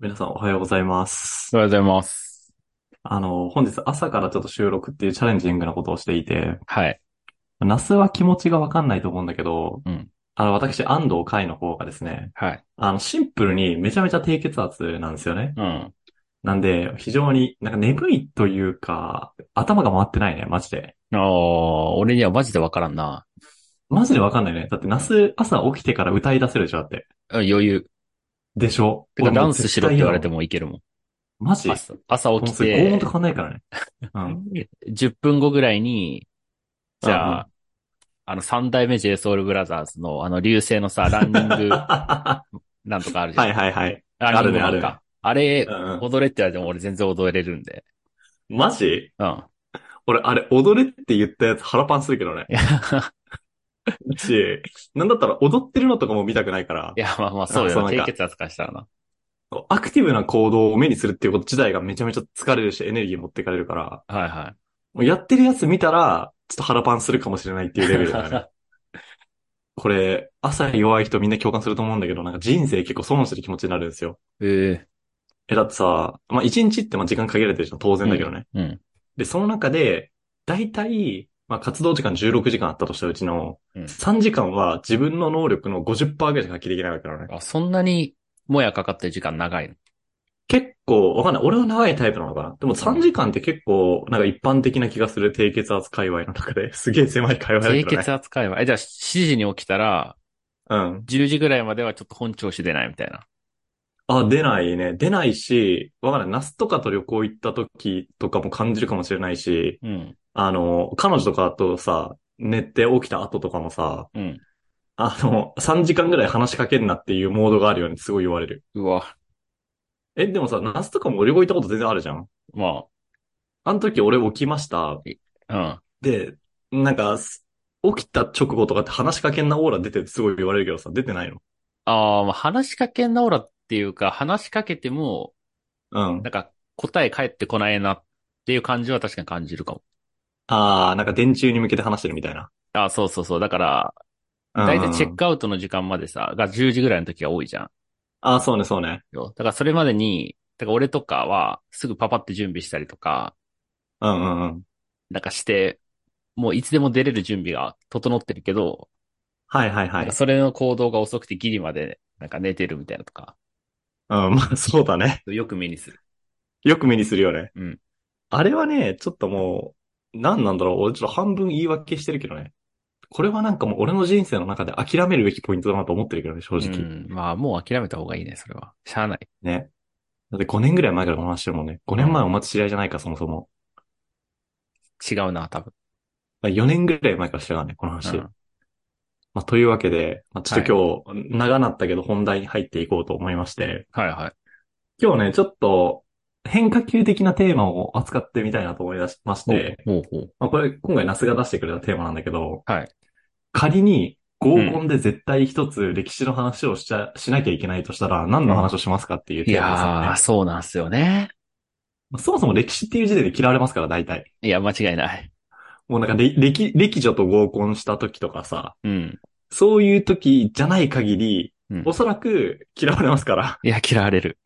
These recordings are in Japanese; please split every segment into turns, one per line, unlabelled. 皆さんおはようございます。
おはようございます。
あの、本日朝からちょっと収録っていうチャレンジングなことをしていて、
はい。
ナスは気持ちがわかんないと思うんだけど、
うん
あの、私、安藤海の方がですね、
はい。
あの、シンプルにめちゃめちゃ低血圧なんですよね。
うん。
なんで、非常になんか眠いというか、頭が回ってないね、マジで。
ああ、俺にはマジでわからんな。
マジでわかんないね。だって、ナス朝起きてから歌い出せるでしょ、だって。
うん余裕。
でしょ
てか、ダンスしろって言われて
も
もいけるもん。
う。マジ
朝朝
もう
起き
それ拷問
て
と、変わんないからね。うん。
10分後ぐらいに、 じ
うん
ゃ
うん
あ、あの、三代目 JSOULBROTHERS の、あの、流星 のさ、ランニング、
は
なんとかある
い
じゃ ん。
はいはい。
ランニング
あるね
なんかあれ
う、んうん
踊れって言われても俺全然踊れるんで。
マジ
うん。
俺、あれ、踊れって言ったやつ腹パンするけどね。
いや、
し、なんだったら踊ってるのとかも見たくないから
い、やまあまあ、そう
そうな
よな。
んか
低血圧からしたらな。
アクティブな行動を目にするっていうこと自体がめちゃめちゃ疲れるし、エネルギー持ってかれるから、
はいはい。
もうやってるやつ見たら、ちょっと腹パンするかもしれないっていうレベルだよ ね。これ、朝弱い人みんな共感すると思うんだけど、なんか人生結構損してる気持ちになるんですよ。
え
え、だってさ、まあ、一日ってまあ時間限られてるじゃん、当然だけどね。
えうん。
で、その中で、だいたい、まあ、活動時間16時間あったとしたうちの、
うん
3時間は自分の能力の50%ぐらいしか発揮できないわけだからね。
あ、そんなに、もやかかってる時間長いの
結構、わかんない。俺は長いタイプなのかな。でも3時間って結構、なんか一般的な気がする低血圧界隈の中で、 すげえ狭い界隈だけ
低
どね。
血圧会話。え、じゃあ7時に起きたら、
うん。
10時ぐらいまではちょっと本調子出ないみたいな。
あ、出ないね。出ないし、わかんない。ナスとかと旅行行った時とかも感じるかもしれないし、
うん。
あの、彼女とかとさ、寝て起きた後とかもさ、
うん。
あの、3時間ぐらい話しかけんなっていうモードがあるよね。すごい言われる。
うわ。
え、でもさ、ナスとかも旅行行ったこと全然あるじゃん。
ま
あの時俺起きました。
あ、
で、なんか、す起きた直後とかって話しかけんなオーラ出ててすごい言われるけどさ、出てないの。
うん。ああ、まあ話しかけ直らっていうか、話しかけても、
うん
な。んか答え返ってこないなっていう感じは確かに感じるかも。
あー、なんか電柱に向けて話してるみたいな。
ああ、そうそうそう。だから、
うん
だいたいチェックアウトの時間までさ、が10時ぐらいの時が多いじゃん。
あー、そうね、そうね。
よだからそれまでに、だから俺とかはすぐパパって準備したりとか、
うんうんうん。
なんかして、もういつでも出れる準備が整ってるけど、
はいはいは
なん
い
か。それの行動が遅くてギリまでなんか寝てるみたいなとか、
うん、まあそうだね。
よく目にする。
よく目にするよね。
うん。
あれはね、ちょっともう、なんなんだろう。俺ちょっと半分言い訳してるけどね。これはなんかもう俺の人生の中で諦めるべきポイントだなと思ってるけどね、正
う
直。
ん。まあもう諦めた方がいいね、それは。しゃあない。
ね。だって5年ぐらい前からこの話してるもんね。5年前お待ち知り合いじゃないか、そもそも。
違うな、多分。
4年ぐらい前からしてたからね、この話。
うん
まあ、というわけで、まあ、ちょっと今日、長なったけど本題に入っていこうと思いまして、
はいはい。
今日ね、ちょっと変化球的なテーマを扱ってみたいなと思い出しまして、
ほうほう。
まあ、これ今回ナスが出してくれたテーマなんだけど、
はい。
仮に合コンで絶対一つ歴史の話をしちゃ、しなきゃいけないとしたら何の話をしますかっていう
い
テーマですよね
やー、。そうなんすよね。
まあそもそも歴史っていう時点で嫌われますから、大体。
いや、間違いない。
もうなんかれ、歴、歴女と合コンした時とかさ、
うん。
そういう時じゃない限り、
うん
おそらく嫌われますから、
いや、嫌われる。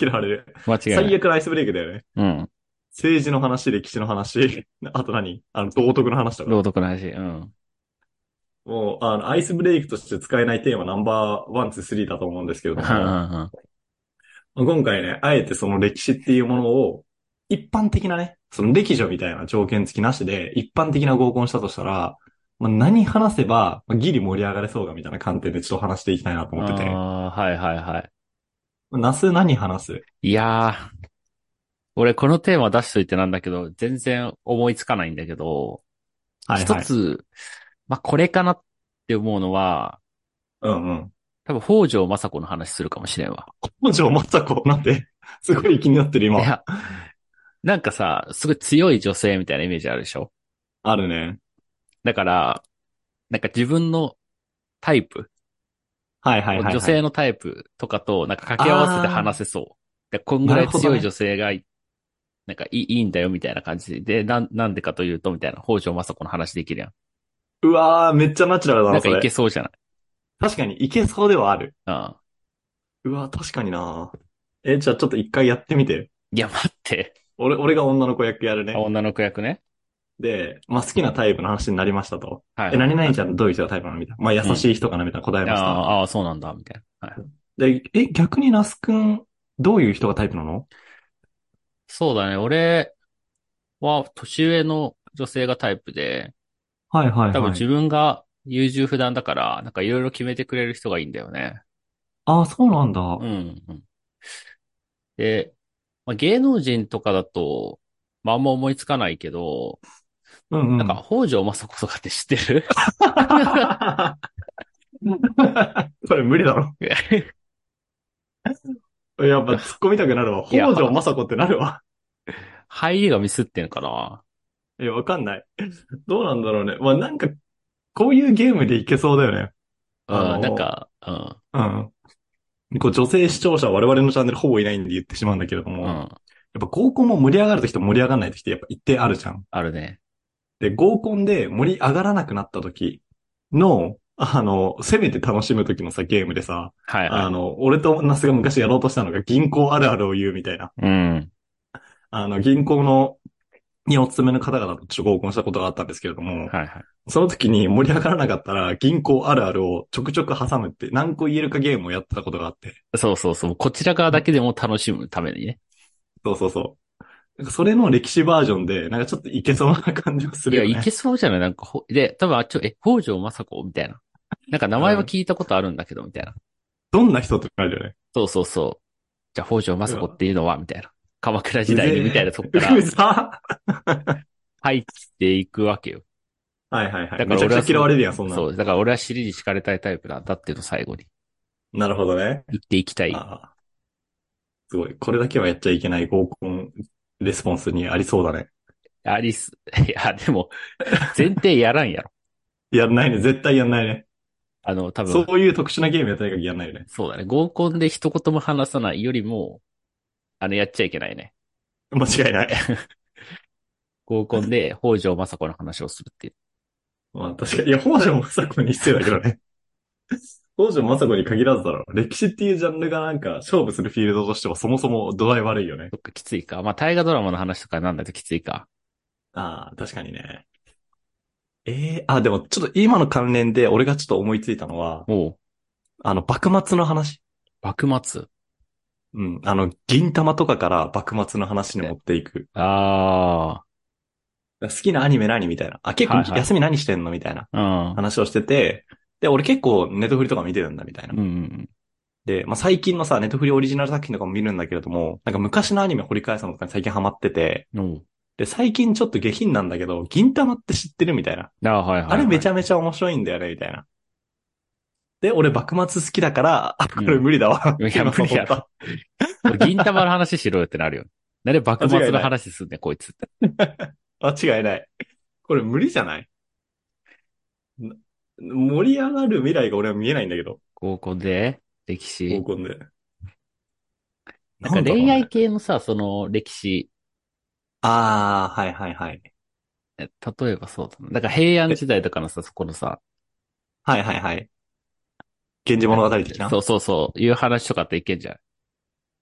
嫌われる。
間違いない。
最悪のアイスブレイクだよね。
うん。
政治の話、歴史の話、 あと何あの、道徳の話とか。
朗読の話。うん。
もう、あの、アイスブレイクとして使えないテーマナンバーワン、ツー、スリーだと思うんですけれ
う
ど
ん
も、
うん
今回ね、あえてその歴史っていうものを、一般的なね、その歴女みたいな条件付きなしで、一般的な合コンしたとしたら、まあ、何話せば、まあギリ盛り上がれそうかみたいな観点でちょっと話していきたいなと
うん。
思ってて。
あー、はいはいはい。
ナス何話す
いやー、俺このテーマ出しといてなんだけど、全然思いつかないんだけど、
はいはい。
一。つ、まあ、これかなって思うのは、
うんうん。
多分北条政子の話するかもしれんわ。
本庄正子、なんて、すごい気になってる
い
今。
や、なんかさ、すごい強い女性みたいなイメージあるでしょ
あるね。
だから、なんか自分のタイプ、
はいはいはい、はい。
女性のタイプとかと、なんか掛け合わせて話せそう。で、こんぐらい強い女性がい、なんかいいいいんだよみたいな感じで、なん、なんでかというとみたいな、北条政子の話できるやん。
うわー、めっちゃナチュラルだ
な
な、
んか
そ
い
れ
け。そうじゃない
確かに、いけそうではある。
うん。
うわー、確かになえ、じゃあちょっと一回やってみて。
いや、待って。
俺、俺が女の子役やるね
あ。女の子役ね。
で、まあ好きなタイプの話になりましたと。
はい。
え、何々ちゃんどういう人がタイプなのみたいな。まあ優しい人かなみたいな答え
あ
ました。
あ、ああ、そうなんだ、みたいな。はい。
で、え、逆に那須くん、どういう人がタイプなの
そうだね。俺は年上の女性がタイプで、
はいはいはい。
多分自分が優柔不断だから、なんかいろいろ決めてくれる人がいいんだよね。
ああ、そうなんだ。は
う
い
ん、うん。で、まあ、芸能人とかだと、まああんま思いつかないけど、
うんうん。
なんか北条政子とかって知ってる
それ無理だろ。
いや
やっぱ突っ込みたくなるわ。
いや
北条政子ってなるわ。
入りがミスってんのかない
や、わかんない。 どうなんだろうね。まあなんか、こういうゲームでいけそうだよね。あ
う
の
ん、なんか、うん、
うん。こう女性視聴者は我々のチャンネルほぼいないんで言ってしまうんだけれども、
う
やっ
ん、
ぱ合コンも盛り上がるときと盛り上がらないときってやっぱ一定あるじゃん。
あるね。
で、合コンで盛り上がらなくなったときの、あの、せめて楽しむときのさ、ゲームでさ、
はい、
あ
は
の、俺とナスが昔やろうとしたのが銀行あるあるを言うみたいな。
い。うん、
あの、銀行の、にお勤めの方々とちょっと合コンしたことがあったんですけれども、
はい、はい。
その時に盛り上がらなかったら銀行あるあるをちょくちょく挟むって何個言えるかゲームをやってたことがあって。
そうそうそう。こちら側だけでも楽しむためにね。
そうそうそう。なんかそれの歴史バージョンで、なんかちょっといけそうな感じがす
い
る
や、
よね。
いけそうじゃないなんかほ、で、多分あっちょ、え、北条政子みたいな。なんか名前は聞いたことあるんだけど、みたいな。
どんな人ってなるよね。
そうそうそう。じゃあ、北条政子っていうのは、みたいな。鎌倉時代にみたいなとこから
うざ
入っていくわけよ。
はいはいは
だ
い。
から
めちゃくちゃ嫌われるやん、そんなの。
そう。だから俺は尻に敷かれたいタイプなんだっていうのを最後に
なるほどね。
言っていきたい。
あーすごい。これだけはやっちゃいけない合コンレスポンスにありそうだね。
アリス、 いや、でも、前提やらんやろ。
やんないね。絶対やんないね。
あの、多分、そ
そうういう特殊なゲームやったらやんないよね。
だね。合コンで一言も話さないよりも、あの、やっちゃいけないね。
間違いない。
合コンで北条政子の話をするっていう。
まあ確かに。いや、北条政子に失礼だけど ね。北条政子に限らずだろ。歴史っていうジャンルがなんか勝負するフィールドとしてはそもそも土台悪いよね。
そっか、きついか。まあ、大河ドラマの話とかなんだときついか。
ああ、確かにね。ええあ、でもちょっと今の関連で俺がちょっと思いついたのは、
おう、
あの、幕末の話。
幕末。
うん。あの、銀玉とかから幕末の話に持っていく。
あ
好きなアニメ何みたいな。あ、結構
はいはい
休み何してんのみたいな
あ、
話をしてて、で、俺結構ネットフリとか見てるんだみたいな
うん。。うん。
で、まあ、最近のさ、ネットフリオリジナル作品とかも見るんだけれども、なんか昔のアニメ掘り返すのとかに最近ハマってて、
うん。おう
で、最近ちょっと下品なんだけど、銀玉って知ってるみたいな。
ああ、はいはい、はい。
あれめち
ゃ、
ゃめちゃ面白いんだよね、みたいな。で、俺幕末好きだから、あ、これ無理だわ。
うんいや無理やろ銀玉の話しろよってなるよ。なんで幕末の話すんねん、こいつって。
間違いない。これ無理じゃないな盛り上がる未来が俺は見えないんだけど、
合コンで、歴史
合。コンで。
なんか
だろうね
恋愛系のさ、その歴史、
ああ、はいはいはい。
え例えばそうだな。だから平安時代とかのさ、そこのさ、
はいはいはい。源氏物語的な
そうそうそう、いう話とかっていけんじゃん。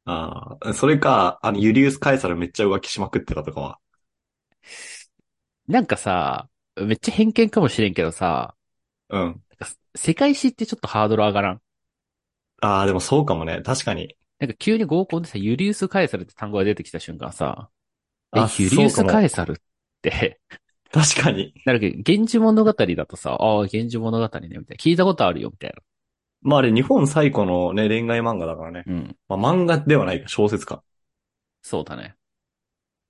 ああ、それか、あの、ユリウス・カエサルめっちゃ浮気しまくってたとかは。
なんかさ、めっちゃ偏見かもしれんけどさ、
うん。
なんか世界史ってちょっとハードル上がらん。
ああ、でもそうかもね。確かに。
なんか急に合コンでさ、ユリウス・カエサルって単語が出てきた瞬間さ、え
あ、
ユリウス・
そうか
カ
も
エサルって、
確かに。
なるけど、源氏物語だとさ、ああ、源氏物語ね、みたいな。聞いたことあるよ、みたい
まああれ、日本最古のね、恋愛漫画だからね。
な。うん。
まあ漫画ではないか、小説か。
そうだね。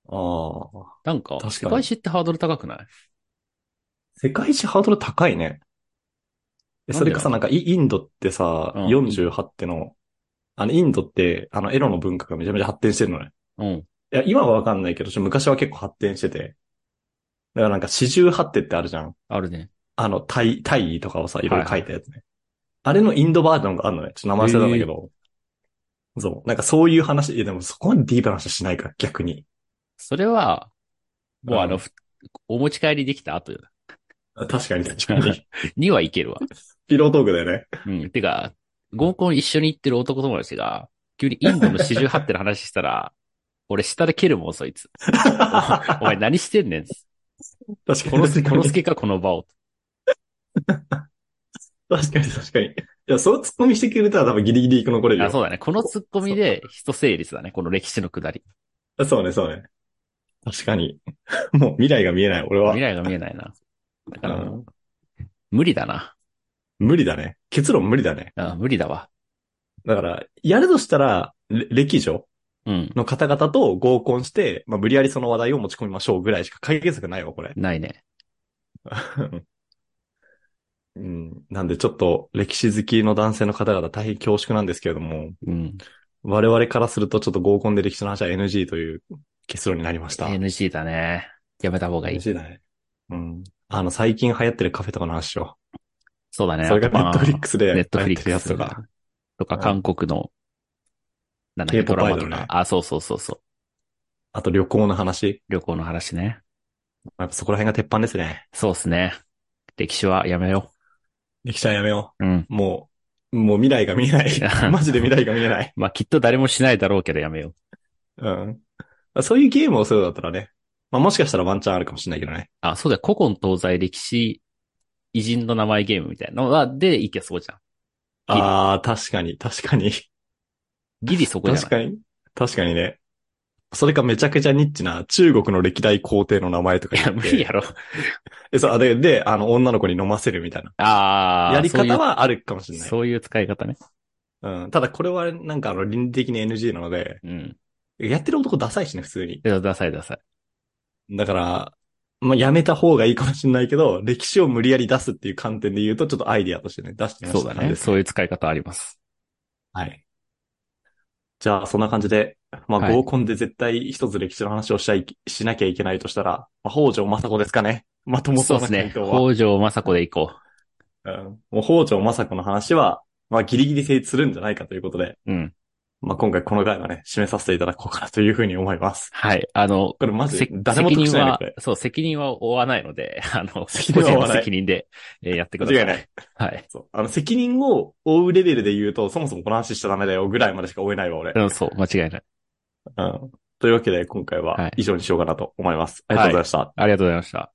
ああ。
なんか
確、かに
世界史ってハードル高くない
世界史ハードル高いね。えそれかさ、な
なん
かイインドってさ、
うん
48っての、あの、インドって、あの、エロの文化がめちゃめちゃ発展してるのね。
うん。
いや、今はわかんないけど、ちょ昔は結構発展してて。だからなんか、四十八手ってあるじゃん。
あるね。
あの、タイ、タイとかをさ、いろいろ書いたやつね。あれのインドバージョンがあるのね。ちょっと名前忘れたんだけど。そう。なんかそういう話、いやでもそこまでディープな話はしないから、逆に。
それは、もうあの、
うん
ふお持ち帰りできた後よ。
確かに確かに。
にはいけるわ。
ピロートークだよね。
うん。てか、合コン一緒に行ってる男友達が、急にインドの四十八手の話したら、俺下で蹴るもん、そいつ。お前何してんねん。
確かに。
殺す、殺す気か、この場を。
確かに確かに。いや、そう突っ込みしてくれたら多分ギリギリ生き残れるよ。
あ、そうだね。この突っ込みで人成立だね。この歴史の下り。
そうね、そうね。確かに。もう未来が見えない、俺は。
未来が見えないな。だからもう、
うん
無理だな。
無理だね。結論無理だね。
うん、無理だわ。
だから、やるとしたら、れ歴女
うん。
の方々と合コンして、まあ、無理やりその話題を持ち込みましょうぐらいしか解決策ないわ、こ れ。
ないね。
うん。なんで、ちょっと、歴史好きの男性の方々大変恐縮なんですけれども、
うん。
我々からするとちょっと合コンで歴史の話は NG という結論になりました。
NG だね。やめた方がいい。
NG だね。うん。あの、最近流行ってるカフェとかの話を。
そうだね。
それがネットフリック
ス。
スで
ネ
流
ットフ
行
リ
っ
ッ
て
ク
るやつ
ス
とか。。
とか、
うん
韓国の、なんだっけ、
K-pop
ドラマ
アイド
と
ル
か
ね。
あ、そうそうそうそう。
あと旅行の話。
旅行の話ね。
やっぱそこら辺が鉄板ですね。
そうですね。歴史はやめよ
歴史はやめよ
う。うん。。
う。もう、もう未来が見えない マジで未来が見えない。
まあ、きっと誰もしないだろうけどやめよう。
うん。そういうゲームをするだったらね。まあ、もしかしたらワンチャンあるかもしれないけどね。
あ、そうだよ。古今東西歴史、偉人の名前ゲームみたいなのは、で、いけそうじゃん。ギリ
ああ、確かに、確かに。
ギリそこじゃない
確。かに。確かにね。それかめちゃくちゃニッチな中国の歴代皇帝の名前とか
い
言
や、
っ
無
て。
理やろ。
え、そう、で、で、あの、女の子に飲ませるみたいな。
ああ。
やり
そうい
方
う
はあるかもしれない。
そういう使い方ね。
うん。ただこれはなんかあの、倫理的に NG なので、
うん。
やってる男ダサいしね、普通に。
でダサいダサい。
だから、まあ、やめた方がいいかもしれないけど、歴史を無理やり出すっていう観点で言うと、ちょっとアイディアとしてね、出してみま
そ
し
う
た
だ
感じ
ね。
です
そういう使い方あります。
はい。じゃあ、そんな感じで、ま
は
あ、
い
合コンで絶対一つ歴史の話をしちゃい、しなきゃいけないとしたら、まあ、北条政子ですかね。まともそう
そ
う
で
な
すね
回。答は。
北条政子でいこ
うん、もう北条政子の話は、まあ、ギリギリ成立するんじゃないかということで、
う。うん。
まあ、今回この回はね、締めさせていただこうかなというふうに思います。
はい。あの、
これマジ
せ
で誰も
責
得し
任
ないね、
は
これ、。
そう、責任は負わないので、 あの、
責任は負わ
個人の
ない
責任で、えーやってください。
間違いない。
はい。
そう。あの、責任を負うレベルで言うと、そもそもこの話しちゃダメだよぐらいまでしか追えないわ、俺。
うん、そう、間違いない。
うん。というわけで、今回
は
はい以上にしようかなと思います。あ
はい
りがとうございました。
ありがとうございました。